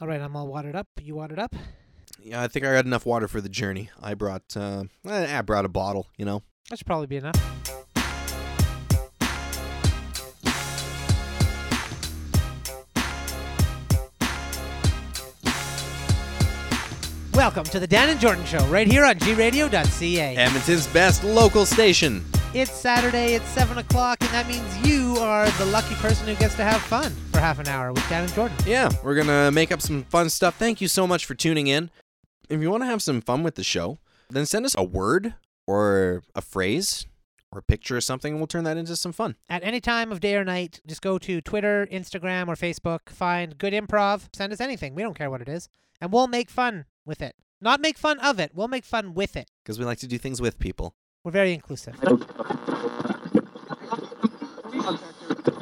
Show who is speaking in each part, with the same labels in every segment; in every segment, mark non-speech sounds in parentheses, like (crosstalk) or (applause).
Speaker 1: All right, I'm all watered up. You watered up?
Speaker 2: Yeah, I think I got enough water for the journey. I brought, uh, eh, I brought a bottle, you know.
Speaker 1: That should probably be enough. Welcome to the Dan and Jordan Show, right here on gradio.ca.
Speaker 2: Edmonton's best local station.
Speaker 1: It's Saturday, it's 7 o'clock, and that means you are the lucky person who gets to have fun for half an hour with Dan and Jordan.
Speaker 2: Yeah, we're gonna make up some fun stuff. Thank you so much for tuning in. If you want to have some fun with the show, then send us a word or a phrase or a picture or something, and we'll turn that into some fun.
Speaker 1: At any time of day or night, just go to Twitter, Instagram, or Facebook, find Good Improv, send us anything. We don't care what it is, and we'll make fun with it. Not make fun of it, we'll make fun with it.
Speaker 2: Because we like to do things with people.
Speaker 1: We're very inclusive.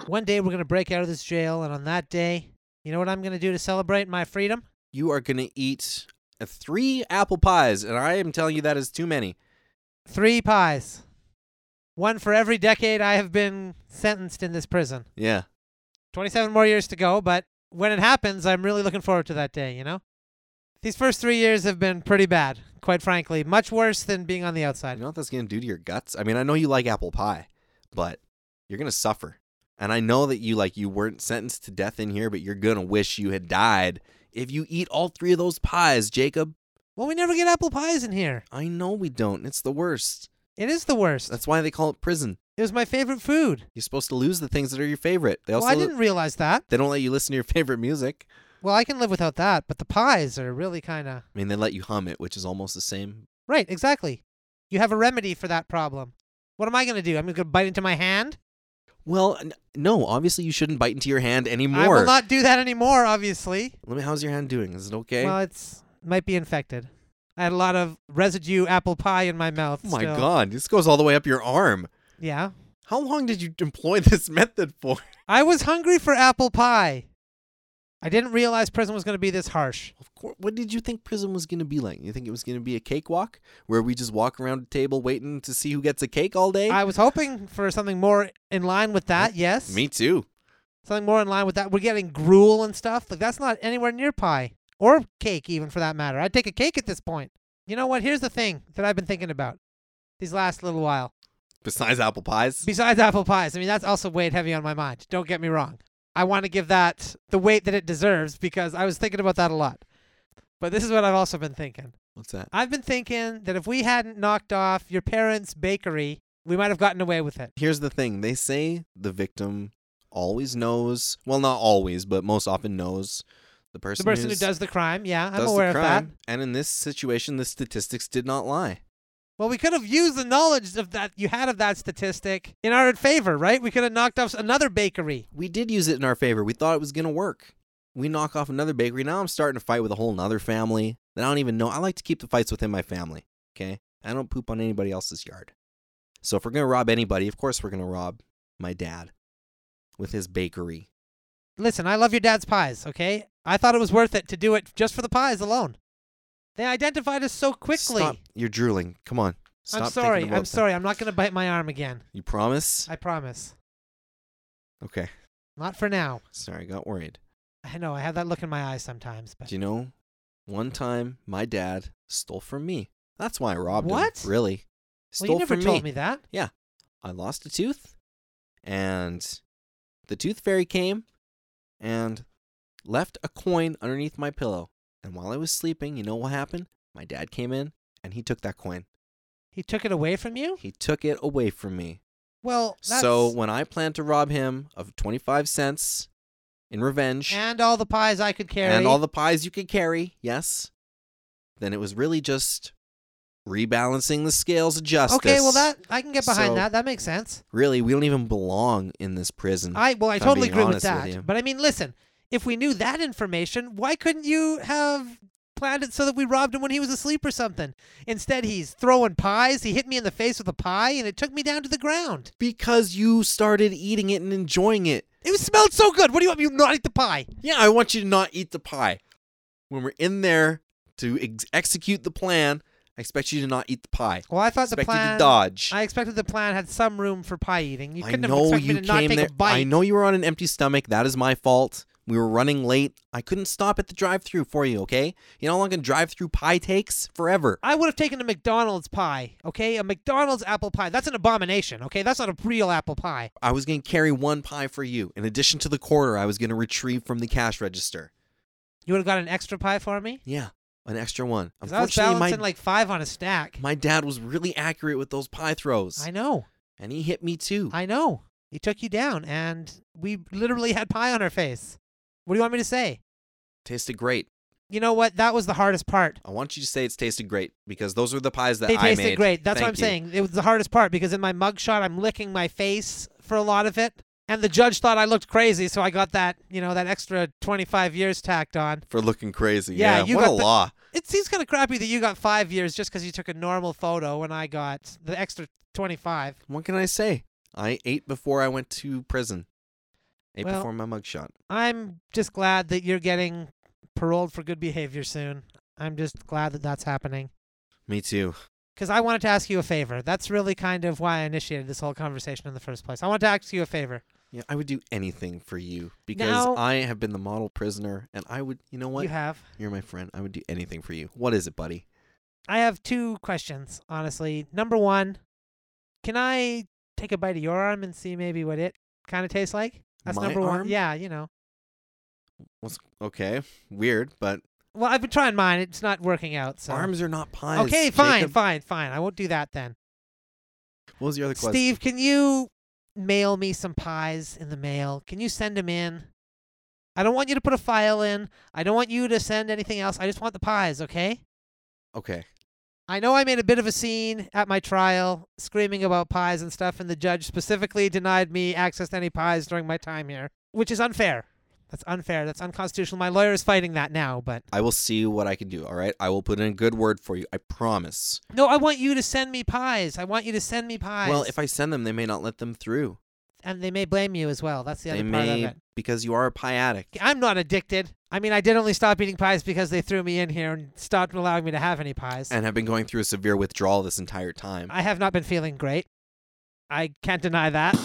Speaker 1: One day we're going to break out of this jail, and on that day, you know what I'm going to do to celebrate my freedom?
Speaker 2: You are gonna eat uh, three apple pies, and I am telling you that is too many.
Speaker 1: Three pies. One for every decade I have been sentenced in this prison.
Speaker 2: Yeah.
Speaker 1: 27 more years to go, but when it happens, I'm really looking forward to that day, you know? These first three years have been pretty bad, quite frankly. Much worse than being on the
Speaker 2: You
Speaker 1: outside.
Speaker 2: know what that's gonna do to your guts? I mean, I know you like apple pie, but you're gonna suffer. And I know that you like you weren't sentenced to death in here, but you're gonna wish you had died if you eat all three of those pies, Jacob.
Speaker 1: Well, we never get apple pies in here.
Speaker 2: I know we don't. It's the worst.
Speaker 1: It is the worst.
Speaker 2: That's why they call it prison.
Speaker 1: It was my favorite food.
Speaker 2: You're supposed to lose the things that are your favorite. They
Speaker 1: Well,
Speaker 2: also
Speaker 1: I didn't realize that.
Speaker 2: they don't let you listen to your (laughs) favorite music.
Speaker 1: Well, I can live without that, but the pies are really kind of.
Speaker 2: I mean, they let you hum it, which is almost the same.
Speaker 1: Right, exactly. You have a remedy for that problem. What am I going to do? I'm going to bite into my hand?
Speaker 2: Well, n- no, obviously you shouldn't bite into your hand anymore.
Speaker 1: I will not do that anymore, obviously.
Speaker 2: Let me. How's your hand doing? Is it okay?
Speaker 1: Well, it's might be infected. I had a lot of residue apple pie in my mouth.
Speaker 2: oh my
Speaker 1: still.
Speaker 2: God, this goes all the way up your arm.
Speaker 1: Yeah.
Speaker 2: How long did you employ this method for?
Speaker 1: I was hungry for apple pie. I didn't realize prison was going to be this harsh.
Speaker 2: Of course. What did you think prison was going to be like? You think it was going to be a cakewalk where we just walk around a table waiting to see who gets a cake all day?
Speaker 1: I was hoping for something more in line with that. Yes.
Speaker 2: Me too.
Speaker 1: Something more in line with that. We're getting gruel and stuff. Like that's not anywhere near pie or cake, even for that matter. I'd take a cake at this point. You know what? Here's the thing that I've been thinking about these last little while.
Speaker 2: Besides apple pies.
Speaker 1: Besides apple pies, I mean, that's also weighed heavy on my mind. Don't get me wrong. I want to give that the weight that it deserves because I was thinking about that a lot. But this is what I've also been thinking.
Speaker 2: What's that?
Speaker 1: I've been thinking that if we hadn't knocked off your parents' bakery, we might have gotten away with it.
Speaker 2: Here's the thing they say the victim always knows, well, not always, but most often knows the person,
Speaker 1: The person who
Speaker 2: who's-
Speaker 1: does the crime, yeah, I'm
Speaker 2: does
Speaker 1: aware
Speaker 2: the
Speaker 1: of
Speaker 2: crime.
Speaker 1: that.
Speaker 2: And in this situation, the statistics did not lie.
Speaker 1: Well, we could have used the knowledge of that you had of that statistic in our favor, right? We could have knocked off another bakery.
Speaker 2: We did use it in our favor. We thought it was going to work. We knock off another bakery. Now I'm starting to fight with a whole nother family that I don't even know. I like to keep the fights within my family. Okay. I don't poop on anybody else's yard. So if we're going to rob anybody, of course we're going to rob my dad with his bakery.
Speaker 1: Listen, I love your dad's pies, okay? I thought it was worth it to do it just for the pies alone. They identified us so quickly.
Speaker 2: Stop. You're drooling. Come on. Stop
Speaker 1: I'm
Speaker 2: thinking
Speaker 1: sorry. I'm
Speaker 2: about that.
Speaker 1: sorry. I'm not going to bite my arm again.
Speaker 2: You promise?
Speaker 1: I promise.
Speaker 2: Okay.
Speaker 1: Not for now.
Speaker 2: Sorry, I got worried.
Speaker 1: I know I have that look in my eyes sometimes, but
Speaker 2: Do you know? One time my dad stole from me. That's why I robbed him.
Speaker 1: What?
Speaker 2: Really? Stole
Speaker 1: well, you never
Speaker 2: from
Speaker 1: told me that.
Speaker 2: I lost a tooth, and the tooth fairy came and left a coin underneath my pillow. And while I was sleeping, you know what happened? My dad came in and he took that coin.
Speaker 1: He took it away from you.
Speaker 2: He took it away from me.
Speaker 1: Well, Oh. that's...
Speaker 2: So when I planned to rob him of 25 cents in revenge
Speaker 1: and all the pies I could carry.
Speaker 2: and all the pies you could carry, yes, then it was really just rebalancing the scales of justice.
Speaker 1: okay, well that I can get behind
Speaker 2: So-
Speaker 1: that. That makes sense.
Speaker 2: Really, we don't even belong in this prison.
Speaker 1: I well, I
Speaker 2: if I'm
Speaker 1: totally
Speaker 2: being
Speaker 1: agree with
Speaker 2: honest
Speaker 1: that.
Speaker 2: you.
Speaker 1: but I mean, listen, if we knew that information, why couldn't you have planned it so that we robbed him when he was asleep or something? Instead, he's throwing pies. He hit me in the face with a pie, and it took me down to the ground.
Speaker 2: Because you started eating it and enjoying it.
Speaker 1: It was- smelled so good. What do you want me to not eat the pie?
Speaker 2: Yeah, I want you to not eat the pie. When we're in there to ex- execute the plan, I expect you to not eat the pie.
Speaker 1: Well, I
Speaker 2: I
Speaker 1: thought the
Speaker 2: expect you
Speaker 1: plan.
Speaker 2: to dodge.
Speaker 1: I expected the plan had some room for pie eating. You
Speaker 2: I
Speaker 1: couldn't
Speaker 2: know
Speaker 1: have expected
Speaker 2: you
Speaker 1: me to not
Speaker 2: came
Speaker 1: take
Speaker 2: there.
Speaker 1: a bite.
Speaker 2: I know you were on an empty stomach. That is my fault. We were running late. I couldn't stop at the drive through for you, okay? You know how long a drive through pie takes? Forever.
Speaker 1: I would have taken a McDonald's pie, okay? A McDonald's apple pie. That's an abomination, okay? That's not a real apple pie.
Speaker 2: I was going to carry one pie for you. In addition to the quarter I was going to retrieve from the cash register.
Speaker 1: You would have got an extra pie for me?
Speaker 2: Yeah, an extra one.
Speaker 1: 'Cause I was
Speaker 2: my,
Speaker 1: balancing like five on a stack.
Speaker 2: my dad was really accurate with those pie throws.
Speaker 1: I know.
Speaker 2: and he hit me too.
Speaker 1: I know. He took you down, and we literally had pie on our face. What do you want me to say?
Speaker 2: tasted great.
Speaker 1: You know what? That was the hardest part.
Speaker 2: I want you to say it's tasted great because those are the pies that
Speaker 1: they
Speaker 2: I
Speaker 1: tasted
Speaker 2: made.
Speaker 1: great. That's what I'm
Speaker 2: Thank you.
Speaker 1: saying. It was the hardest part because in my mugshot, I'm licking my face for a lot of it. And the judge thought I looked crazy, so I got that, you know, that extra 25 years tacked on.
Speaker 2: For looking crazy.
Speaker 1: Yeah,
Speaker 2: Yeah,
Speaker 1: you
Speaker 2: what
Speaker 1: got
Speaker 2: a
Speaker 1: the-
Speaker 2: law.
Speaker 1: It seems kind of crappy that you got five years just because you took a normal photo and I got the extra 25.
Speaker 2: What can I say? I ate before I went to prison. Ate
Speaker 1: Well-
Speaker 2: before my mugshot.
Speaker 1: I'm just glad that you're getting paroled for good behavior soon. I'm just glad that that's happening.
Speaker 2: Me too.
Speaker 1: Because I wanted to ask you a favor. That's really kind of why I initiated this whole conversation in the first place. I wanted to ask you a favor.
Speaker 2: Yeah, I would do anything for you because
Speaker 1: Now-
Speaker 2: I have been the model prisoner, and I would, you know what?
Speaker 1: You have.
Speaker 2: You're my friend. I would do anything for you. What is it, buddy?
Speaker 1: I have two questions, honestly. Number one, can I take a bite of your arm and see maybe what it kind of tastes like? That's
Speaker 2: My
Speaker 1: number one.
Speaker 2: arm?
Speaker 1: Yeah, you know.
Speaker 2: What's okay? Weird, but
Speaker 1: Well, I've been trying mine. It's not working out. So.
Speaker 2: arms are not pies.
Speaker 1: Okay, fine,
Speaker 2: Jacob.
Speaker 1: fine, fine. I won't do that then.
Speaker 2: What was the other question?
Speaker 1: Steve, can you mail me some pies in the mail? Can you send them in? I don't want you to put a file in. I don't want you to send anything else. I just want the pies, okay?
Speaker 2: Okay.
Speaker 1: I know I made a bit of a scene at my trial, screaming about pies and stuff, and the judge specifically denied me access to any pies during my time here, which is unfair. That's unfair. That's unconstitutional. My lawyer is fighting that now, but
Speaker 2: I will see what I can do. All right. I will put in a good word for you. I promise.
Speaker 1: no, I want you to send me pies. I want you to send me pies.
Speaker 2: Well, if I send them, they may not let them through.
Speaker 1: and they may blame you as well. That's the
Speaker 2: they
Speaker 1: other part
Speaker 2: may
Speaker 1: of it.
Speaker 2: because you are a pie addict.
Speaker 1: I'm not addicted. I mean, I did only stop eating pies because they threw me in here and stopped allowing me to have any pies.
Speaker 2: And have been going through a severe withdrawal this entire time.
Speaker 1: I have not been feeling great. I can't deny that.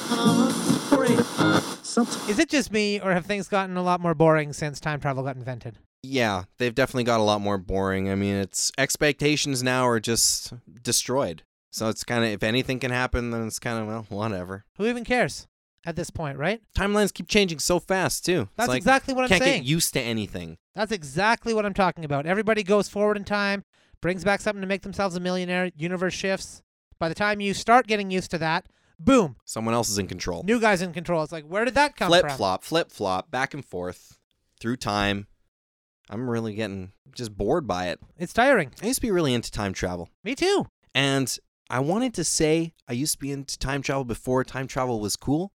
Speaker 1: Is it just me, or have things gotten a lot more boring since time travel got invented?
Speaker 2: yeah, they've definitely got a lot more boring. I mean, it's expectations now are just destroyed. So it's kind of if anything can happen, then it's kind of well, whatever.
Speaker 1: Who even cares at this point, right?
Speaker 2: Timelines keep changing so fast too. It's
Speaker 1: That's
Speaker 2: like,
Speaker 1: exactly what I'm
Speaker 2: can't
Speaker 1: saying.
Speaker 2: get used to anything.
Speaker 1: That's exactly what I'm talking about. Everybody goes forward in time, brings back something to make themselves a millionaire, universe shifts. By the time you start getting used to that, boom,
Speaker 2: Someone else is in control.
Speaker 1: new guy's in control. It's like, where did that come
Speaker 2: Flip
Speaker 1: from?
Speaker 2: flop, flip flop, back and forth through time. I'm really getting just bored by it.
Speaker 1: It's tiring.
Speaker 2: I used to be really into time travel.
Speaker 1: Me too.
Speaker 2: And I wanted to say I used to be into time travel before time travel was cool,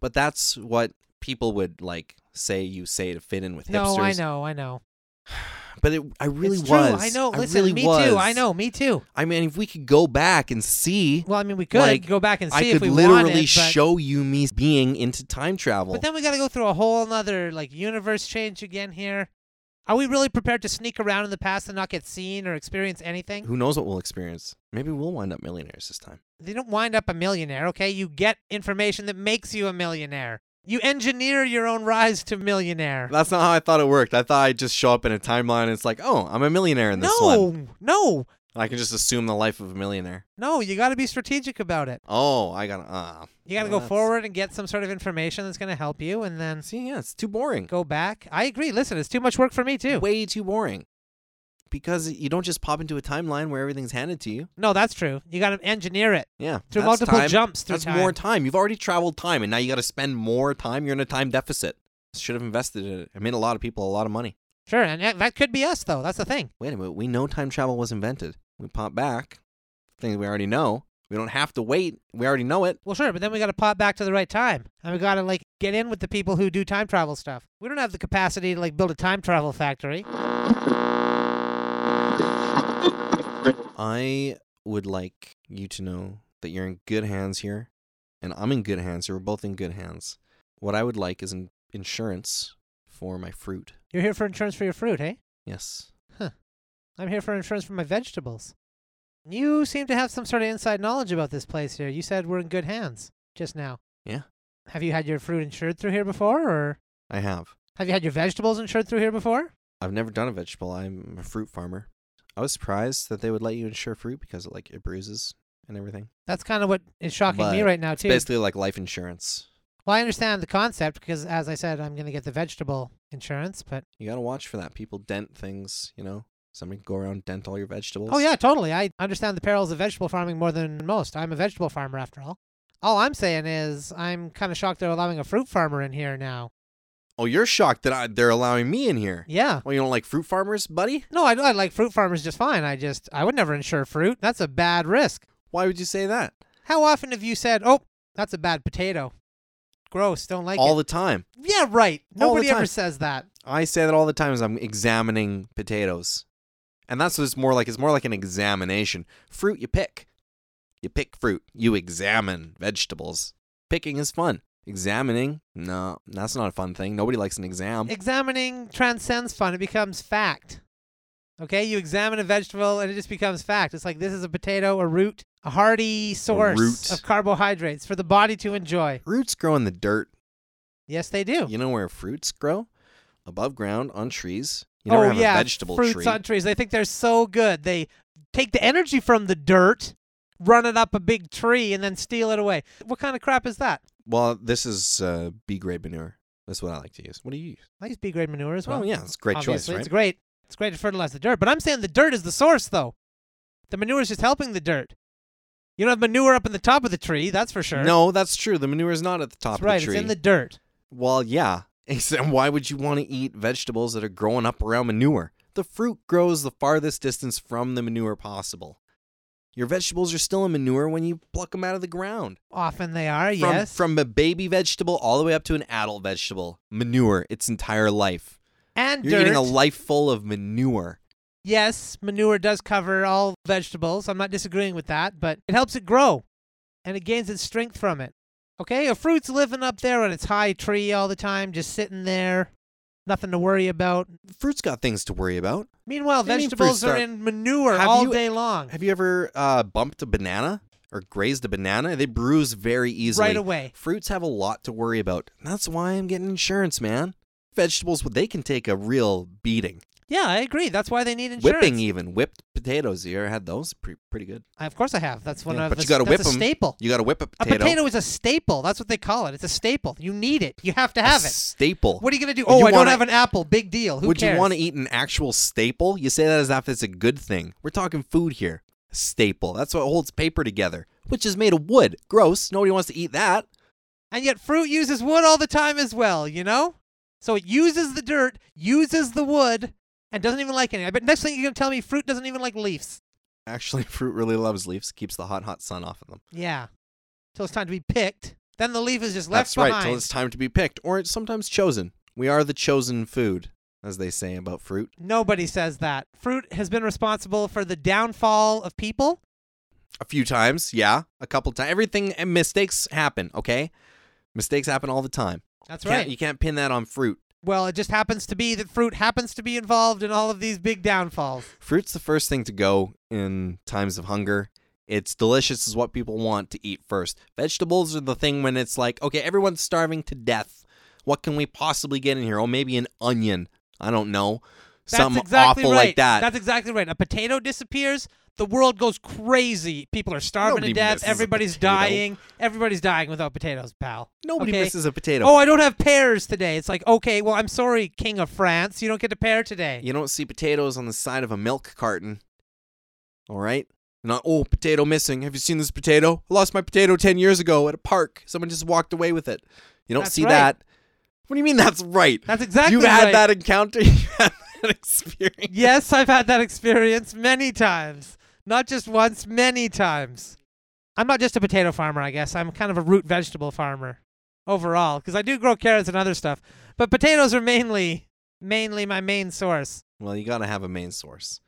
Speaker 2: but that's what people would like say you say to fit in with
Speaker 1: No, I
Speaker 2: hipsters.
Speaker 1: know, I know.
Speaker 2: But it, I really
Speaker 1: it's
Speaker 2: was.
Speaker 1: True. I know. Listen,
Speaker 2: really
Speaker 1: me
Speaker 2: was.
Speaker 1: too. I know. Me too.
Speaker 2: I mean, if we could go back and see,
Speaker 1: Well, I mean, we could
Speaker 2: Like,
Speaker 1: go back and see
Speaker 2: I
Speaker 1: if
Speaker 2: could
Speaker 1: we
Speaker 2: literally
Speaker 1: wanted, but,
Speaker 2: show you me being into time travel.
Speaker 1: but then we got to go through a whole nother like universe change again here. Are we really prepared to sneak around in the past and not get seen or experience anything?
Speaker 2: Who knows what we'll experience? Maybe we'll wind up millionaires this time.
Speaker 1: They don't wind up a millionaire, okay? You get information that makes you a millionaire. You engineer your own rise to millionaire.
Speaker 2: That's not how I thought it worked. I thought I'd just show up in a timeline and it's like, oh, I'm a millionaire in this
Speaker 1: no,
Speaker 2: one.
Speaker 1: no,
Speaker 2: I can just assume the life of a millionaire.
Speaker 1: no. You got to be strategic about it.
Speaker 2: Oh, I gotta. Uh,
Speaker 1: You got to
Speaker 2: Well,
Speaker 1: go
Speaker 2: that's-
Speaker 1: forward and get some sort of information that's going to help you, and then
Speaker 2: See, yeah, it's too boring.
Speaker 1: go back. I agree. Listen, it's too much work for me too.
Speaker 2: Way too boring. Because you don't just pop into a timeline where everything's handed to you.
Speaker 1: No, that's true. You got to engineer it
Speaker 2: Yeah.
Speaker 1: through
Speaker 2: that's
Speaker 1: multiple
Speaker 2: time.
Speaker 1: jumps through
Speaker 2: That's
Speaker 1: time.
Speaker 2: more time. You've already traveled time and now you got to spend more time. You're in a time deficit. Should have invested in it. It made a lot of people a lot of money.
Speaker 1: sure, and that- that could be us though. That's the thing.
Speaker 2: Wait a minute. We know time travel was invented. We pop back. Things we already know. We don't have to wait. We already know it.
Speaker 1: Well, sure, but then we got to pop back to the right time, and we got to like get in with the people who do time travel stuff. We don't have the capacity to like build a time travel factory.
Speaker 2: I would like you to know that you're in good hands here, and I'm in good hands here. We're both in good hands. What I would like is an insurance for my fruit.
Speaker 1: You're here for insurance for your fruit, hey?
Speaker 2: Yes.
Speaker 1: I'm here for insurance for my vegetables. You seem to have some sort of inside knowledge about this place here. You said we're in good hands just now.
Speaker 2: Yeah.
Speaker 1: Have you had your fruit insured through here before, or
Speaker 2: I have.
Speaker 1: Have you had your vegetables insured through here before?
Speaker 2: I've never done a vegetable. I'm a fruit farmer. I was surprised that they would let you insure fruit because it, like it bruises and everything.
Speaker 1: That's kind of what is shocking me
Speaker 2: But
Speaker 1: right now too.
Speaker 2: Basically, like life insurance.
Speaker 1: Well, I understand the concept because, as I said, I'm going to get the vegetable insurance. But
Speaker 2: You gotta watch for that. People dent things. You know, somebody can go around and dent all your vegetables.
Speaker 1: oh yeah, totally. I understand the perils of vegetable farming more than most. I'm a vegetable farmer after all. All I'm saying is I'm kind of shocked they're allowing a fruit farmer in here now.
Speaker 2: Oh, you're shocked that I, they're allowing me in here.
Speaker 1: Yeah.
Speaker 2: Well, you don't like fruit farmers, buddy?
Speaker 1: No, I, I like fruit farmers just fine. I just I would never insure fruit. That's a bad risk.
Speaker 2: Why would you say that?
Speaker 1: How often have you said, "Oh, that's a bad potato"? Gross. Don't like
Speaker 2: all
Speaker 1: it.
Speaker 2: the time.
Speaker 1: yeah, right.
Speaker 2: all the
Speaker 1: Nobody ever
Speaker 2: time.
Speaker 1: says that.
Speaker 2: I say that all the time as I'm examining potatoes. And that's what it's more like. It's more like an examination. Fruit you pick. You pick fruit. You examine vegetables. Picking is fun. Examining? No, that's not a fun thing. Nobody likes an exam.
Speaker 1: Examining transcends fun. It becomes fact. Okay, you examine a vegetable and it just becomes fact. It's like this is a potato, a root, a hearty source
Speaker 2: root.
Speaker 1: of carbohydrates for the body to enjoy.
Speaker 2: Roots grow in the dirt.
Speaker 1: Yes, they do.
Speaker 2: You know where fruits grow? Above ground on trees. You never
Speaker 1: oh
Speaker 2: have
Speaker 1: yeah,
Speaker 2: a vegetable
Speaker 1: fruits
Speaker 2: tree.
Speaker 1: on trees. They think they're so good. They take the energy from the dirt, run it up a big tree, and then steal it away. What kind of crap is that?
Speaker 2: well, this is uh, B grade manure. That's what I like to use. What do you use?
Speaker 1: I use B grade manure as well.
Speaker 2: Well, Oh, yeah, it's a great
Speaker 1: obviously.
Speaker 2: choice,
Speaker 1: It's
Speaker 2: right?
Speaker 1: great. It's great to fertilize the dirt, but I'm saying the dirt is the source, though. The manure is just helping the dirt. You don't have manure up in the top of the tree, that's for sure.
Speaker 2: No, that's true. The manure is not at the
Speaker 1: that's
Speaker 2: top of
Speaker 1: right.
Speaker 2: the tree.
Speaker 1: It's in the dirt.
Speaker 2: Well, yeah. (laughs) And why would you want to eat vegetables that are growing up around manure? The fruit grows the farthest distance from the manure possible. Your vegetables are still in manure when you pluck them out of the ground.
Speaker 1: Often they are.
Speaker 2: From,
Speaker 1: yes.
Speaker 2: from a baby vegetable all the way up to an adult vegetable. Manure, its entire life.
Speaker 1: (laughs) and
Speaker 2: You're
Speaker 1: dirt.
Speaker 2: eating a life full of manure.
Speaker 1: yes, manure does cover all vegetables. I'm not disagreeing with that, but it helps it grow, and it gains its strength from it. Okay, a fruit's living up there on its high tree all the time, just sitting there, nothing to worry about.
Speaker 2: Fruit's got things to worry about.
Speaker 1: Meanwhile,
Speaker 2: What do you mean
Speaker 1: vegetables
Speaker 2: fruits
Speaker 1: are
Speaker 2: are-
Speaker 1: in manure
Speaker 2: Have
Speaker 1: all
Speaker 2: you-
Speaker 1: day long,
Speaker 2: Have you ever uh, bumped a banana or grazed a banana? They bruise very easily.
Speaker 1: right away.
Speaker 2: Fruits have a lot to worry about. and That's why I'm getting insurance, man. Vegetables, well, they can take a real beating.
Speaker 1: Yeah, I agree. That's why they need insurance.
Speaker 2: Whipping, even. Whipped potatoes. You ever had those? Pre- pretty good.
Speaker 1: I- Of course, I have. That's one
Speaker 2: Yeah,
Speaker 1: of
Speaker 2: but
Speaker 1: the-
Speaker 2: you gotta
Speaker 1: that's
Speaker 2: whip
Speaker 1: a
Speaker 2: 'em.
Speaker 1: staple.
Speaker 2: You got to whip a
Speaker 1: A
Speaker 2: potato.
Speaker 1: potato is a staple. That's what they call it. It's a staple. You need it. You have to
Speaker 2: A
Speaker 1: have it.
Speaker 2: staple.
Speaker 1: What are you gonna do?
Speaker 2: Would
Speaker 1: Oh,
Speaker 2: you
Speaker 1: I don't
Speaker 2: wanna-
Speaker 1: have an apple. Big deal. Who
Speaker 2: Would
Speaker 1: cares?
Speaker 2: you want to eat an actual staple? You say that as if it's a good thing. We're talking food here. A staple. That's what holds paper together, which is made of wood. Gross. Nobody wants to eat that.
Speaker 1: And yet, fruit uses wood all the time as well. You know, so it uses the dirt, uses the wood, and doesn't even like any. I bet next thing you're gonna tell me, fruit doesn't even like leaves.
Speaker 2: Actually, (laughs) fruit really loves leaves. Keeps the hot, hot sun off of them.
Speaker 1: Yeah, till it's time to be picked. Then the leaf is just left
Speaker 2: That's
Speaker 1: behind.
Speaker 2: right, till it's time to be picked, or it's sometimes chosen. We are the chosen food, as they say about fruit.
Speaker 1: Nobody says that. Fruit has been responsible for the downfall of people.
Speaker 2: A few times, yeah, a couple times. Everything and mistakes happen, okay? Mistakes happen all the time.
Speaker 1: That's
Speaker 2: Can't-
Speaker 1: right.
Speaker 2: You can't pin that on fruit.
Speaker 1: Well, it just happens to be that fruit happens to be involved in all of these big downfalls.
Speaker 2: Fruit's the first thing to go in times of hunger. It's delicious, is what people want to eat first. Vegetables are the thing when it's like, okay, everyone's starving to death. What can we possibly get in here? Oh, maybe an onion. I don't know.
Speaker 1: That's
Speaker 2: Something
Speaker 1: exactly
Speaker 2: awful
Speaker 1: right.
Speaker 2: like that.
Speaker 1: That's exactly right. A potato disappears, the world goes crazy. People are starving
Speaker 2: Nobody
Speaker 1: to death.
Speaker 2: misses a
Speaker 1: Everybody's
Speaker 2: potato.
Speaker 1: dying. Everybody's dying without potatoes, pal.
Speaker 2: Nobody
Speaker 1: Okay?
Speaker 2: misses a potato.
Speaker 1: Oh, I don't have pears today. It's like, okay, well, I'm sorry, King of France, you don't get a pear today.
Speaker 2: You don't see potatoes on the side of a milk carton. All right? Not, oh, potato missing. Have you seen this potato? I lost my potato 10 years ago at a park. Someone just walked away with it. You don't
Speaker 1: That's
Speaker 2: see
Speaker 1: right.
Speaker 2: that. What do you mean that's right?
Speaker 1: That's exactly
Speaker 2: You've had
Speaker 1: right.
Speaker 2: that encounter. (laughs) You had that experience.
Speaker 1: Yes, I've had that experience many times. Not just once, many times. I'm not just a potato farmer, I guess. I'm kind of a root vegetable farmer overall because I do grow carrots and other stuff. But potatoes are mainly mainly my main source.
Speaker 2: Well, you got to have a main source.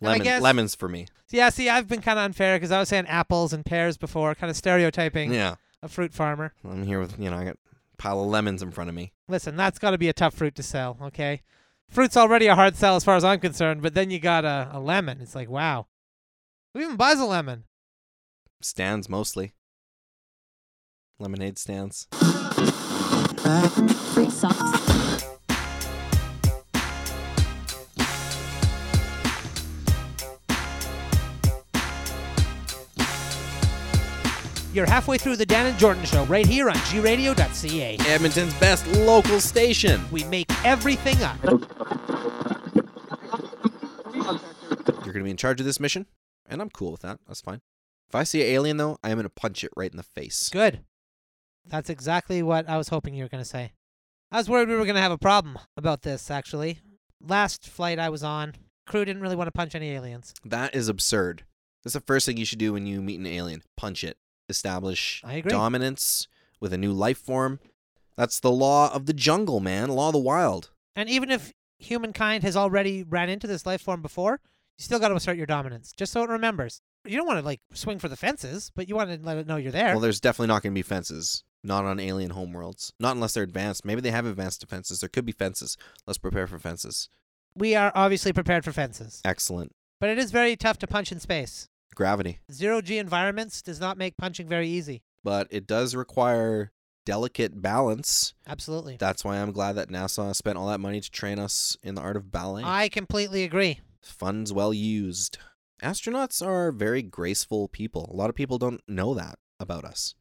Speaker 1: And I
Speaker 2: Lemon,
Speaker 1: guess-
Speaker 2: lemons for me.
Speaker 1: Yeah, see, I've been kind of unfair because I was saying apples and pears before, kind of stereotyping
Speaker 2: Yeah.
Speaker 1: a fruit farmer.
Speaker 2: I'm here with, you know, I got a pile of lemons in front of me.
Speaker 1: Listen, that's got to be a tough fruit to sell, okay? Fruit's already a hard sell as far as I'm concerned, but then you got a, a lemon. It's like, wow. Who even buys a lemon?
Speaker 2: Stands mostly. Lemonade stands.
Speaker 3: Fruit socks.
Speaker 1: You're halfway through the Dan and Jordan show right here on gradio.ca.
Speaker 2: Edmonton's best local station.
Speaker 1: We make everything up.
Speaker 2: You're gonna be in charge of this mission, and I'm cool with that. That's fine. If I see an alien though, I am gonna punch it right in the face.
Speaker 1: Good. That's exactly what I was hoping you were going to say. I was worried we were going to have a problem about this, actually. Last flight I was on, crew didn't really want to punch any aliens.
Speaker 2: That is absurd. That's the first thing you should do when you meet an alien. Punch it. Establish
Speaker 1: I agree.
Speaker 2: dominance with a new life form. That's the law of the jungle, man. Law of the wild.
Speaker 1: And even if humankind has already ran into this life form before, you still got to assert your dominance, just so it remembers. You don't want to, like, swing for the fences, but you want to let it know you're there.
Speaker 2: Well, there's definitely not going to be fences. Not on alien homeworlds. Not unless they're advanced. Maybe they have advanced defenses. There could be fences. Let's prepare for fences.
Speaker 1: we are obviously prepared for fences,
Speaker 2: Excellent.
Speaker 1: but it is very tough to punch in space.
Speaker 2: Gravity.
Speaker 1: Zero G environments does not make punching very easy.
Speaker 2: But it does require delicate balance.
Speaker 1: Absolutely.
Speaker 2: That's why I'm glad that NASA spent all that money to train us in the art of ballet.
Speaker 1: I completely agree.
Speaker 2: Funds well used. Astronauts are very graceful people. A lot of people don't know that about us.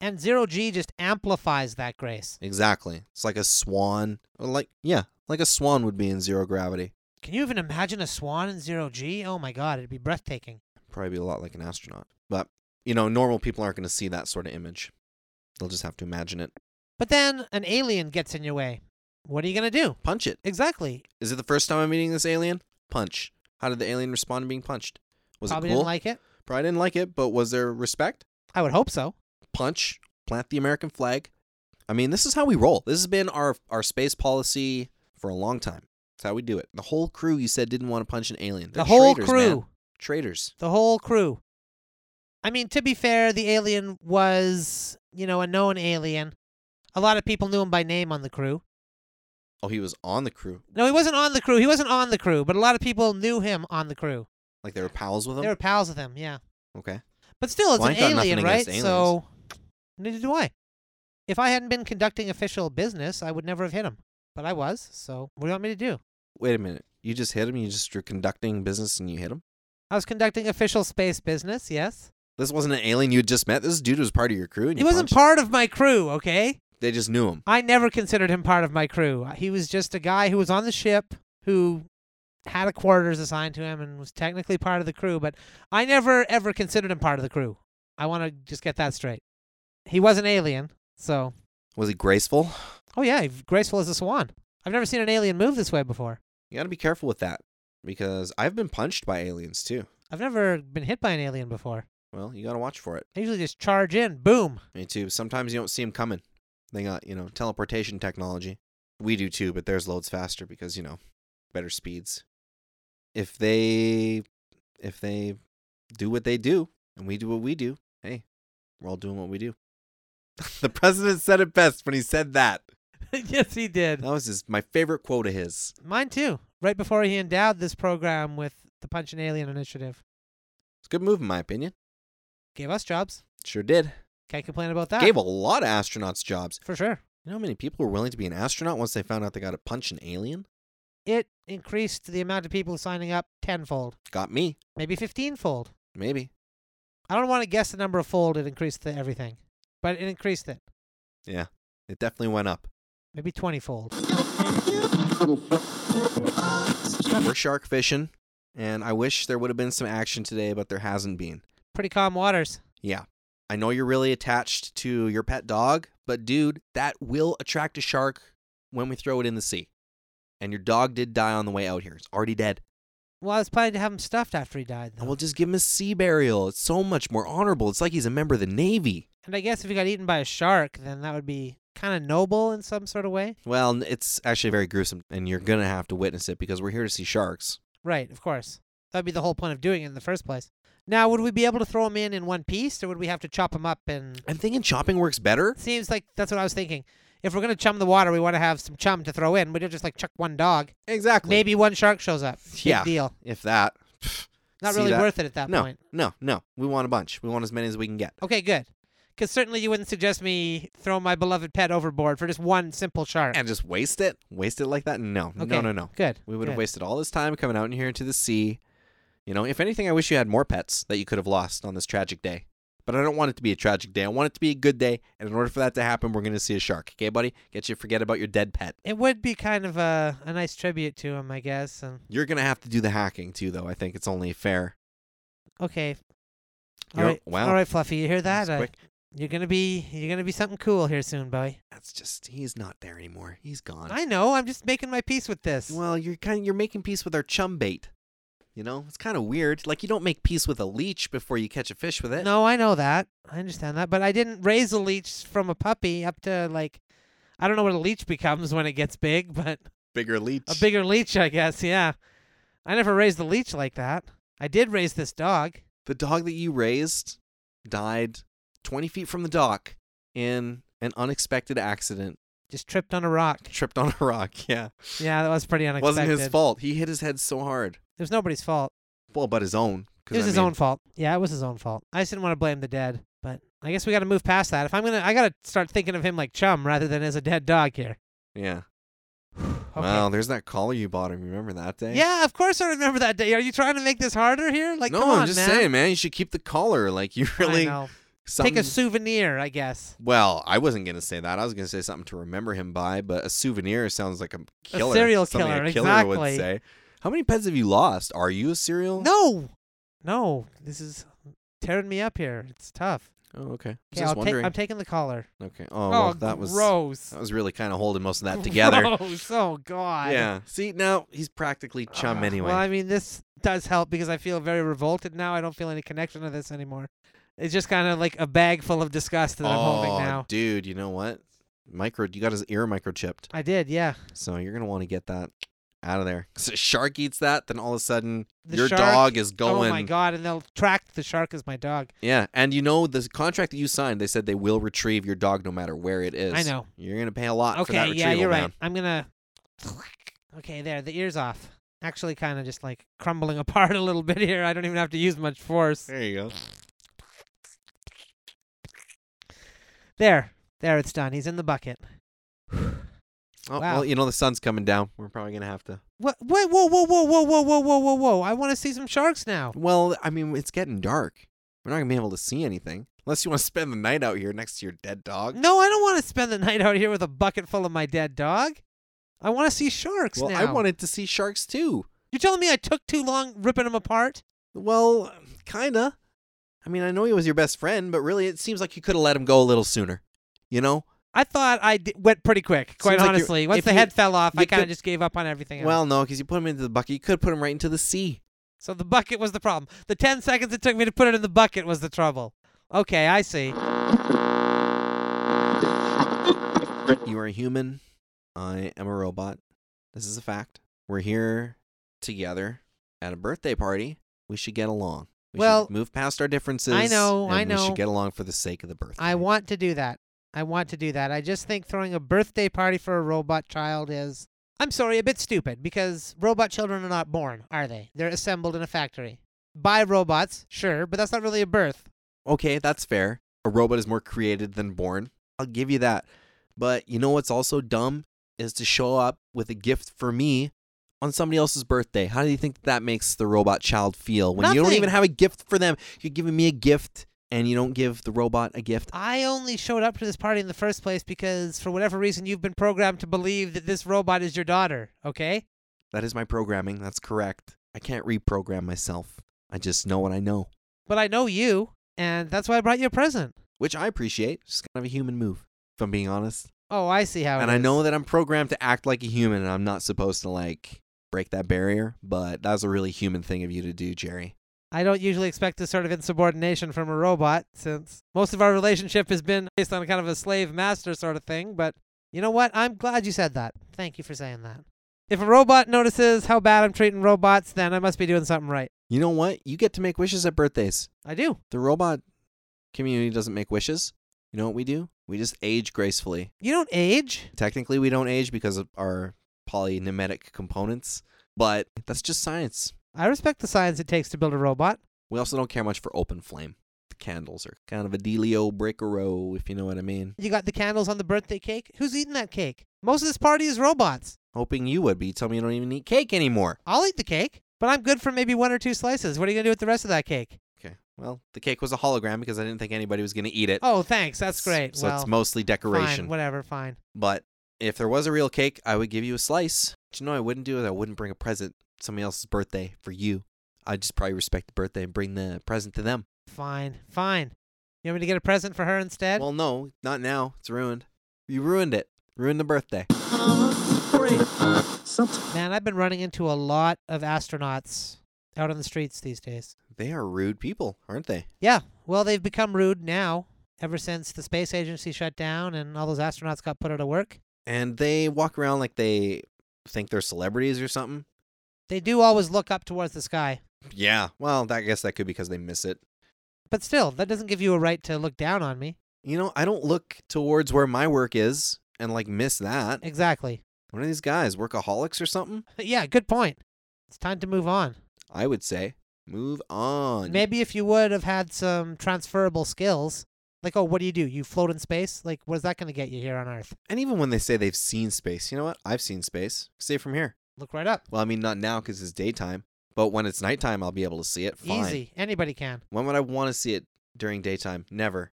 Speaker 1: And zero G just amplifies that grace.
Speaker 2: Exactly. It's like a swan. Like, yeah, like a swan would be in zero gravity.
Speaker 1: Can you even imagine a swan in zero G? Oh my god, it'd be breathtaking.
Speaker 2: probably be a lot like an astronaut. But, you know, normal people aren't going to see that sort of image. They'll just have to imagine it.
Speaker 1: But then an alien gets in your way. What are you gonna do?
Speaker 2: Punch it.
Speaker 1: Exactly.
Speaker 2: Is it the first time I'm meeting this alien? Punch. How did the alien respond to being punched? Was
Speaker 1: Probably
Speaker 2: it cool?
Speaker 1: didn't like it.
Speaker 2: probably didn't like it, but was there respect?
Speaker 1: I would hope so.
Speaker 2: Punch. Plant the American flag. I mean, this is how we roll. This has been our, our space policy for a long time. It's how we do it. The whole crew you said didn't want to punch an alien. They're
Speaker 1: the whole
Speaker 2: traitors,
Speaker 1: crew.
Speaker 2: man. Traitors.
Speaker 1: The whole crew. I mean, to be fair, the alien was, you know, a known alien. A lot of people knew him by name on the crew.
Speaker 2: Oh, he was on the crew.
Speaker 1: No, he wasn't on the crew. He wasn't on the crew, but a lot of people knew him on the crew.
Speaker 2: Like they were pals with him?
Speaker 1: They were pals with him, yeah.
Speaker 2: okay.
Speaker 1: But still, it's
Speaker 2: Well, I
Speaker 1: an
Speaker 2: ain't got nothing
Speaker 1: alien, right?
Speaker 2: against
Speaker 1: So neither do I. If I hadn't been conducting official business, I would never have hit him. But I was, so what do you want me to do?
Speaker 2: Wait a minute. You just hit him? You just you're conducting business and you hit him?
Speaker 1: I was conducting official space business, yes.
Speaker 2: This wasn't an alien you had just met. This dude was part of your crew. And
Speaker 1: He
Speaker 2: you
Speaker 1: wasn't
Speaker 2: punched-
Speaker 1: part of my crew, okay?
Speaker 2: They just knew him.
Speaker 1: I never considered him part of my crew. He was just a guy who was on the ship who had a quarters assigned to him and was technically part of the crew, but I never ever considered him part of the crew. I want to just get that straight. He was an alien, so
Speaker 2: Was he graceful?
Speaker 1: oh yeah, he's graceful as a swan. I've never seen an alien move this way before.
Speaker 2: You got to be careful with that because I've been punched by aliens too.
Speaker 1: I've never been hit by an alien before.
Speaker 2: Well, you got to watch for it.
Speaker 1: They usually just charge in, boom. (laughs)
Speaker 2: Me too. Sometimes you don't see them coming. They got, you know, teleportation technology. We do too, but theirs loads faster because, you know, better speeds. If they if they do what they do and we do what we do, hey, we're all doing what we do. (laughs) the president said it best when he said that.
Speaker 1: yes, he did.
Speaker 2: That was his my favorite quote of his.
Speaker 1: Mine too. Right before he endowed this program with the Punch an Alien initiative,
Speaker 2: It's a good move in my opinion.
Speaker 1: gave us jobs.
Speaker 2: Sure did.
Speaker 1: Can't complain about that.
Speaker 2: Gave a lot of astronauts jobs.
Speaker 1: For sure.
Speaker 2: You know how many people were willing to be an astronaut once they found out they got to punch an alien?
Speaker 1: It increased the amount of people signing up tenfold,
Speaker 2: Got me.
Speaker 1: maybe fifteenfold.
Speaker 2: Maybe.
Speaker 1: I don't want to guess the number of fold it increased the everything, but it increased it.
Speaker 2: Yeah. It definitely went up.
Speaker 1: Maybe twentyfold.
Speaker 2: We're shark fishing, and I wish there would have been some action today, but there hasn't been.
Speaker 1: Pretty calm waters.
Speaker 2: Yeah. I know you're really attached to your pet dog, but dude, that will attract a shark when we throw it in the sea. And your dog did die on the way out here. It's already dead.
Speaker 1: Well, I was planning to have him stuffed after he died, though.
Speaker 2: And we'll just give him a sea burial. It's so much more honorable. It's like he's a member of the Navy.
Speaker 1: and I guess if he got eaten by a shark, then that would be kind of noble in some sort of way.
Speaker 2: Well, n- it's actually very gruesome, and you're going to have to witness it because we're here to see sharks.
Speaker 1: Right, of course. That'd be the whole point of doing it in the first place. Now, would we be able to throw him in in one piece, or would we have to chop him up? And
Speaker 2: I'm thinking chopping works better.
Speaker 1: seems like that's what I was thinking. If we're gonna chum the water, we want to have some chum to throw in. We don't just like chuck one dog.
Speaker 2: Exactly.
Speaker 1: Maybe one shark shows up. Big
Speaker 2: Yeah.
Speaker 1: deal.
Speaker 2: If that.
Speaker 1: Not
Speaker 2: See
Speaker 1: really
Speaker 2: that?
Speaker 1: worth it at that
Speaker 2: no,
Speaker 1: point.
Speaker 2: no, no. We want a bunch. We want as many as we can get.
Speaker 1: Okay, good. Because certainly you wouldn't suggest me throw my beloved pet overboard for just one simple shark.
Speaker 2: And just waste it? Waste it like that? No,
Speaker 1: okay.
Speaker 2: no, no, no.
Speaker 1: Good.
Speaker 2: We would have
Speaker 1: good.
Speaker 2: wasted all this time coming out in here into the sea. You know, if anything, I wish you had more pets that you could have lost on this tragic day. But I don't want it to be a tragic day. I want it to be a good day. And in order for that to happen, we're going to see a shark. Okay, buddy? Get you to forget about your dead pet.
Speaker 1: It would be kind of a, a nice tribute to him, I guess. And
Speaker 2: You're going to have to do the hacking too, though. I think it's only fair.
Speaker 1: okay, all
Speaker 2: You're-
Speaker 1: right,
Speaker 2: wow.
Speaker 1: all right, Fluffy, you hear that?
Speaker 2: That's
Speaker 1: Uh,
Speaker 2: quick.
Speaker 1: you're gonna be you're gonna be something cool here soon, boy.
Speaker 2: That's just, he's not there anymore. He's gone.
Speaker 1: I know. I'm just making my peace with this.
Speaker 2: Well, you're kind of, you're making peace with our chum bait. You know, it's kind of weird. Like you don't make peace with a leech before you catch a fish with it.
Speaker 1: No, I know that. I understand that, but I didn't raise a leech from a puppy up to like I don't know what a leech becomes when it gets big, but
Speaker 2: bigger leech.
Speaker 1: a bigger leech, I guess. Yeah. I never raised a leech like that. I did raise this dog.
Speaker 2: the dog that you raised died 20 feet from the dock in an unexpected accident.
Speaker 1: Just tripped on a rock.
Speaker 2: Tripped on a rock. (laughs) Yeah,
Speaker 1: Yeah, that was pretty unexpected.
Speaker 2: wasn't his fault. He hit his head so hard.
Speaker 1: It was nobody's fault.
Speaker 2: Well, but his own. 'cause
Speaker 1: It was
Speaker 2: I
Speaker 1: his
Speaker 2: mean,
Speaker 1: own fault. Yeah, it was his own fault. I just didn't want to blame the dead, but I guess we got to move past that. If I'm gonna, I gotta start thinking of him like chum rather than as a dead dog here.
Speaker 2: Yeah.
Speaker 1: Okay.
Speaker 2: Wow. There's that collar you bought him. Remember that day?
Speaker 1: Yeah, of course I remember that day. Are you trying to make this harder here? Like,
Speaker 2: no,
Speaker 1: come on,
Speaker 2: I'm just
Speaker 1: man.
Speaker 2: saying, man. You should keep the collar. Like you
Speaker 1: I
Speaker 2: really.
Speaker 1: know.
Speaker 2: something-
Speaker 1: Take a souvenir, I guess.
Speaker 2: Well, I wasn't gonna say that. I was gonna say something to remember him by, but a souvenir sounds like a killer.
Speaker 1: serial
Speaker 2: something
Speaker 1: killer,
Speaker 2: a killer would
Speaker 1: exactly.
Speaker 2: say. How many pets have you lost? Are you a serial?
Speaker 1: No, no, this is tearing me up here. It's tough.
Speaker 2: Oh, okay.
Speaker 1: Okay,
Speaker 2: Just
Speaker 1: I'll take.
Speaker 2: wondering.
Speaker 1: I'm taking the collar.
Speaker 2: okay. Oh, well, that was
Speaker 1: gross.
Speaker 2: that was really kind of holding most
Speaker 1: (laughs)
Speaker 2: of that together.
Speaker 1: Gross. Oh God.
Speaker 2: Yeah. See, now he's practically chum
Speaker 1: Ugh.
Speaker 2: anyway.
Speaker 1: Well, I mean, this does help because I feel very revolted now. I don't feel any connection to this anymore. It's just kind of like a bag full of disgust that I'm
Speaker 2: oh,
Speaker 1: holding now.
Speaker 2: dude, you know what? Micro, you got his ear microchipped,
Speaker 1: I did, yeah.
Speaker 2: so you're gonna want to get that out of there. 'Cause a shark eats that, then all of a sudden
Speaker 1: The
Speaker 2: your
Speaker 1: shark-
Speaker 2: dog is
Speaker 1: Oh
Speaker 2: going.
Speaker 1: my God! And they'll track the shark as my dog.
Speaker 2: Yeah, and you know the contract that you signed, they said they will retrieve your dog no matter where it is.
Speaker 1: I know.
Speaker 2: You're gonna pay a lot for that
Speaker 1: Okay, yeah,
Speaker 2: retrieval,
Speaker 1: you're
Speaker 2: man.
Speaker 1: right. I'm gonna. (sniffs) Okay, there, the ear's off. Actually, kind of just like crumbling (laughs) apart a little bit here. I don't even have to use much force.
Speaker 2: There you go.
Speaker 1: There, there, it's done. He's in the bucket.
Speaker 2: Oh,
Speaker 1: Wow.
Speaker 2: Well, you know the sun's coming down. We're probably gonna have to.
Speaker 1: What? Wait, whoa, whoa, whoa, whoa, whoa, whoa, whoa, whoa, whoa! I want to see some sharks now.
Speaker 2: Well, I mean, it's getting dark. We're not gonna be able to see anything unless you want to spend the night out here next to your dead dog.
Speaker 1: No, I don't want to spend the (laughs) night out here with a bucket full of my dead dog. I want to see sharks
Speaker 2: Well,
Speaker 1: now.
Speaker 2: I wanted to see sharks too.
Speaker 1: You're telling me I took too long ripping them apart?
Speaker 2: Well, kinda. I mean, I know he was your best friend, but really, it seems like you could have let him go a little sooner. You know?
Speaker 1: I thought I d- went pretty quick. Quite
Speaker 2: Seems like you're-
Speaker 1: honestly, once
Speaker 2: if
Speaker 1: the
Speaker 2: you-
Speaker 1: head fell off,
Speaker 2: you
Speaker 1: I kind of
Speaker 2: could-
Speaker 1: just gave up on everything. else.
Speaker 2: Well, no, because you put him into the bucket. You could put him right into the sea.
Speaker 1: So the bucket was the problem. The 10 seconds it took me to put it in the bucket was the trouble. Okay, I see.
Speaker 2: You are a human. I am a robot. This is a fact. We're here together at a birthday party. We should get along. We should
Speaker 1: Well,
Speaker 2: move past our differences.
Speaker 1: I know,
Speaker 2: and
Speaker 1: I
Speaker 2: We
Speaker 1: know.
Speaker 2: should get along for the sake of the birthday.
Speaker 1: I want to do that. I want to do that. I just think throwing a birthday party for a robot child is, I'm sorry, a bit stupid because robot children are not born, are they? They're assembled in a factory. By robots, sure, but that's not really a birth.
Speaker 2: Okay, that's fair. A robot is more created than born. I'll give you that. But you know what's also dumb is to show up with a gift for me on somebody else's birthday. How do you think that makes the robot child feel when you don't
Speaker 1: Nothing.
Speaker 2: even have a gift for them? You're giving me a gift and you don't give the robot a gift.
Speaker 1: I only showed up to this party in the first place because, for whatever reason, you've been programmed to believe that this robot is your daughter, okay?
Speaker 2: That is my programming. That's correct. I can't reprogram myself. I just know what I know,
Speaker 1: But I know you, and that's why I brought you a present.
Speaker 2: which I appreciate. It's just kind of a human move, if I'm being honest.
Speaker 1: Oh, I see how it
Speaker 2: and I
Speaker 1: is.
Speaker 2: know that I'm programmed to act like a human and I'm not supposed to like break that barrier, but that's a really human thing of you to do, Jerry.
Speaker 1: I don't usually expect this sort of insubordination from a robot since most of our relationship has been based on kind of a slave master sort of thing. But you know what? I'm glad you said that. Thank you for saying that. If a robot notices how bad I'm treating robots, then I must be doing something right.
Speaker 2: You know what? You get to make wishes at birthdays.
Speaker 1: I do.
Speaker 2: The robot community doesn't make wishes. You know what we do? We just age gracefully.
Speaker 1: You don't age.
Speaker 2: Technically, we don't age because of our polynemetic components, but that's just science.
Speaker 1: I respect the science it takes to build a robot.
Speaker 2: We also don't care much for open flame. The candles are kind of a dealio brickero, if you know what I mean.
Speaker 1: You got the candles on the birthday cake. Who's eating that cake? Most of this party is robots.
Speaker 2: Hoping you would be. Tell me you don't even eat cake anymore.
Speaker 1: I'll eat the cake, but I'm good for maybe one or two slices. What are you going to do with the rest of that cake?
Speaker 2: Okay, Well, the cake was a hologram because I didn't think anybody was going to eat it.
Speaker 1: Oh, thanks. That's
Speaker 2: S-
Speaker 1: great.
Speaker 2: So
Speaker 1: well,
Speaker 2: it's mostly decoration.
Speaker 1: Fine, whatever, fine.
Speaker 2: But if there was a real cake, I would give you a slice. But you know, what I wouldn't do it. I wouldn't bring a present somebody else's birthday for you. I'd just probably respect the birthday and bring the present to them.
Speaker 1: Fine, fine. You want me to get a present for her instead?
Speaker 2: Well, no, not now. It's ruined. You ruined it. Ruined the birthday.
Speaker 1: Man, I've been running into a lot of astronauts out on the streets these days.
Speaker 2: They are rude people, aren't they?
Speaker 1: Yeah, well, they've become rude now ever since the space agency shut down and all those astronauts got put out of work.
Speaker 2: And they walk around like they think they're celebrities or something.
Speaker 1: They do always look up towards the sky,
Speaker 2: Yeah. Well, that, I guess that could be because they miss it.
Speaker 1: but still, that doesn't give you a right to look down on me.
Speaker 2: You know, I don't look towards where my work is and like miss
Speaker 1: Eh
Speaker 2: that.
Speaker 1: Exactly. (laughs)
Speaker 2: One of these guys, workaholics or something?
Speaker 1: yeah, good point. It's time to move on.
Speaker 2: I would say. Move on.
Speaker 1: Maybe if you would have had some transferable skills, like, oh, what do you do? You float in space? Like, what is that going to get you here on Earth?
Speaker 2: And even when they say they've seen space, you know what? I've seen space. Say from here.
Speaker 1: Look right up.
Speaker 2: Well, I mean, not now because it's daytime, but when it's nighttime, I'll be able to see it. Fine.
Speaker 1: Easy. Anybody can.
Speaker 2: When would I want to see it during daytime? Never.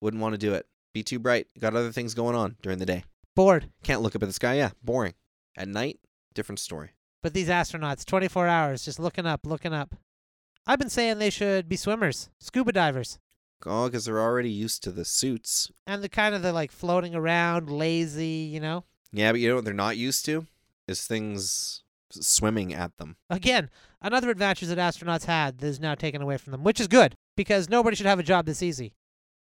Speaker 2: Wouldn't want to do it. Be too bright. Got other things going on during the day.
Speaker 1: Bored.
Speaker 2: Can't look up at the sky. Yeah, boring. At night, different story.
Speaker 1: But these astronauts, 24 hours, just looking up, looking up. I've been saying they should be swimmers, scuba divers,
Speaker 2: Oh, because they're already used to the suits.
Speaker 1: and the kind of the like floating around, lazy, you know.
Speaker 2: Yeah, but you know what they're not used to? Is things swimming at them.
Speaker 1: Again, another advantage that astronauts had that is now taken away from them, which is good because nobody should have a job this easy.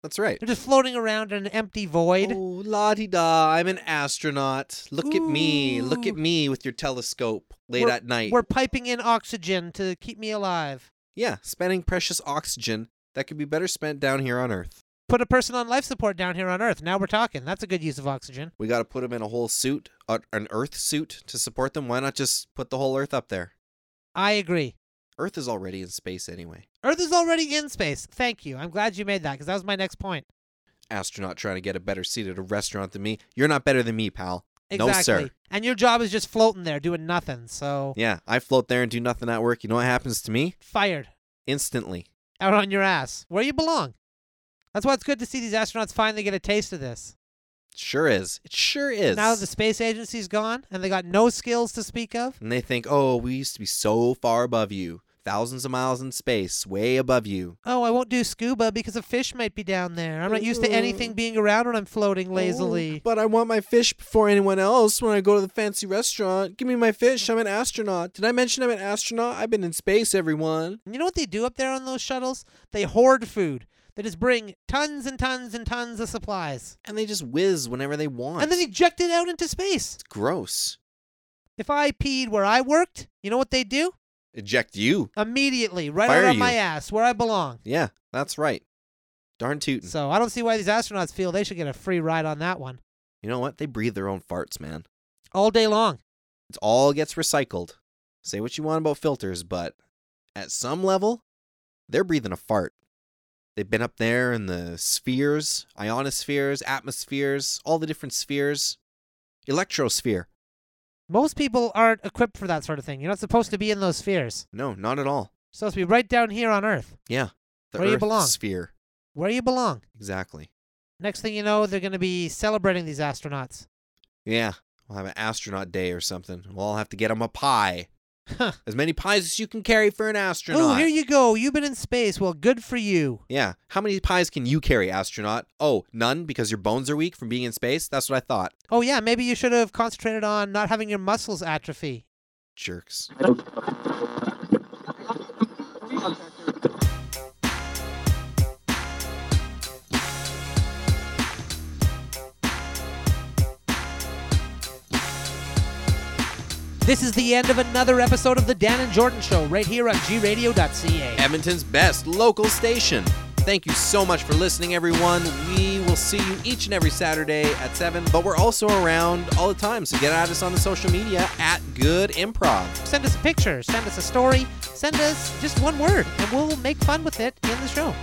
Speaker 2: That's right.
Speaker 1: They're just floating around in an empty void.
Speaker 2: Oh, la di da! I'm an astronaut. Look at me! Look at
Speaker 1: Ooh.
Speaker 2: me with your telescope late at night.
Speaker 1: We're piping in oxygen to keep me alive.
Speaker 2: Yeah, spending precious oxygen that could be better spent down here on Earth.
Speaker 1: Put a person on life support down here on Earth. Now we're talking. That's a good use of oxygen.
Speaker 2: We got to put them in a whole suit, a- an Earth suit to support them. Why not just put the whole Earth up there?
Speaker 1: I agree.
Speaker 2: Earth is already in space anyway.
Speaker 1: Earth is already in space. Thank you. I'm glad you made that because that was my next point.
Speaker 2: Astronaut trying to get a better seat at a restaurant than me. You're not better than me, pal. No,
Speaker 1: Exactly.
Speaker 2: sir.
Speaker 1: And your job is just floating there doing nothing. So
Speaker 2: Yeah, I float there and do nothing at work. You know what happens to me?
Speaker 1: fired
Speaker 2: Instantly.
Speaker 1: out on your ass where you belong. That's why it's good to see these astronauts finally get a taste of this.
Speaker 2: Sure is. It sure is.
Speaker 1: Now that the space agency's gone and they got no skills to speak of,
Speaker 2: and they think, oh, we used to be so far above you, thousands of miles in space, way above you.
Speaker 1: oh, I won't do scuba because a fish might be down there. I'm not used to anything being around when I'm floating lazily.
Speaker 2: Oh, but I want my fish before anyone else when I go to the fancy restaurant. Give me my fish. I'm an astronaut. Did I mention I'm an astronaut? I've been in space, everyone.
Speaker 1: You know what they do up there on those shuttles? They hoard food. They just bring tons and tons and tons of supplies
Speaker 2: And they just whiz whenever they want.
Speaker 1: and then eject it out into space.
Speaker 2: it's gross.
Speaker 1: If I peed where I worked, you know what they do?
Speaker 2: Eject you.
Speaker 1: Immediately, right
Speaker 2: Fire
Speaker 1: out on
Speaker 2: you.
Speaker 1: my ass, where I belong.
Speaker 2: Yeah, that's right. Darn tootin'.
Speaker 1: So I don't see why these astronauts feel they should get a free ride on that one
Speaker 2: you know what? They breathe their own farts, man.
Speaker 1: all day long.
Speaker 2: It all gets recycled. Say what you want about filters, but at some level, they're breathing a fart. They've been up there in the spheres, ionospheres, atmospheres, all the different spheres, electrosphere.
Speaker 1: Most people aren't equipped for that sort of thing. You're not supposed to be in those spheres.
Speaker 2: No, not at all.
Speaker 1: You're supposed to be right down here on Earth,
Speaker 2: Yeah, the
Speaker 1: Where you
Speaker 2: Earth
Speaker 1: belong.
Speaker 2: sphere.
Speaker 1: where you belong.
Speaker 2: Exactly.
Speaker 1: Next thing you know, they're going to be celebrating these astronauts.
Speaker 2: Yeah, we'll have an astronaut day or something. We'll all have to get them a pie.
Speaker 1: Huh.
Speaker 2: As many pies as you can carry for an
Speaker 1: Oh,
Speaker 2: astronaut.
Speaker 1: here you go. You've been in space. Well, good for you.
Speaker 2: yeah. How many pies can you carry, astronaut? Oh, none because your bones are weak from being in space? That's what I thought.
Speaker 1: Oh yeah, maybe you should have concentrated on not having your muscles atrophy.
Speaker 2: Jerks.
Speaker 1: This is the end of another episode of the Dan and Jordan Show, right here on gradio.ca.
Speaker 2: Edmonton's best local station. Thank you so much for listening, everyone. We will see you each and every Saturday at 7, but we're also around all the time, so get at us on the social media at Good Improv.
Speaker 1: Send us a picture, send us a story, send us just one word, and we'll make fun with it in the show.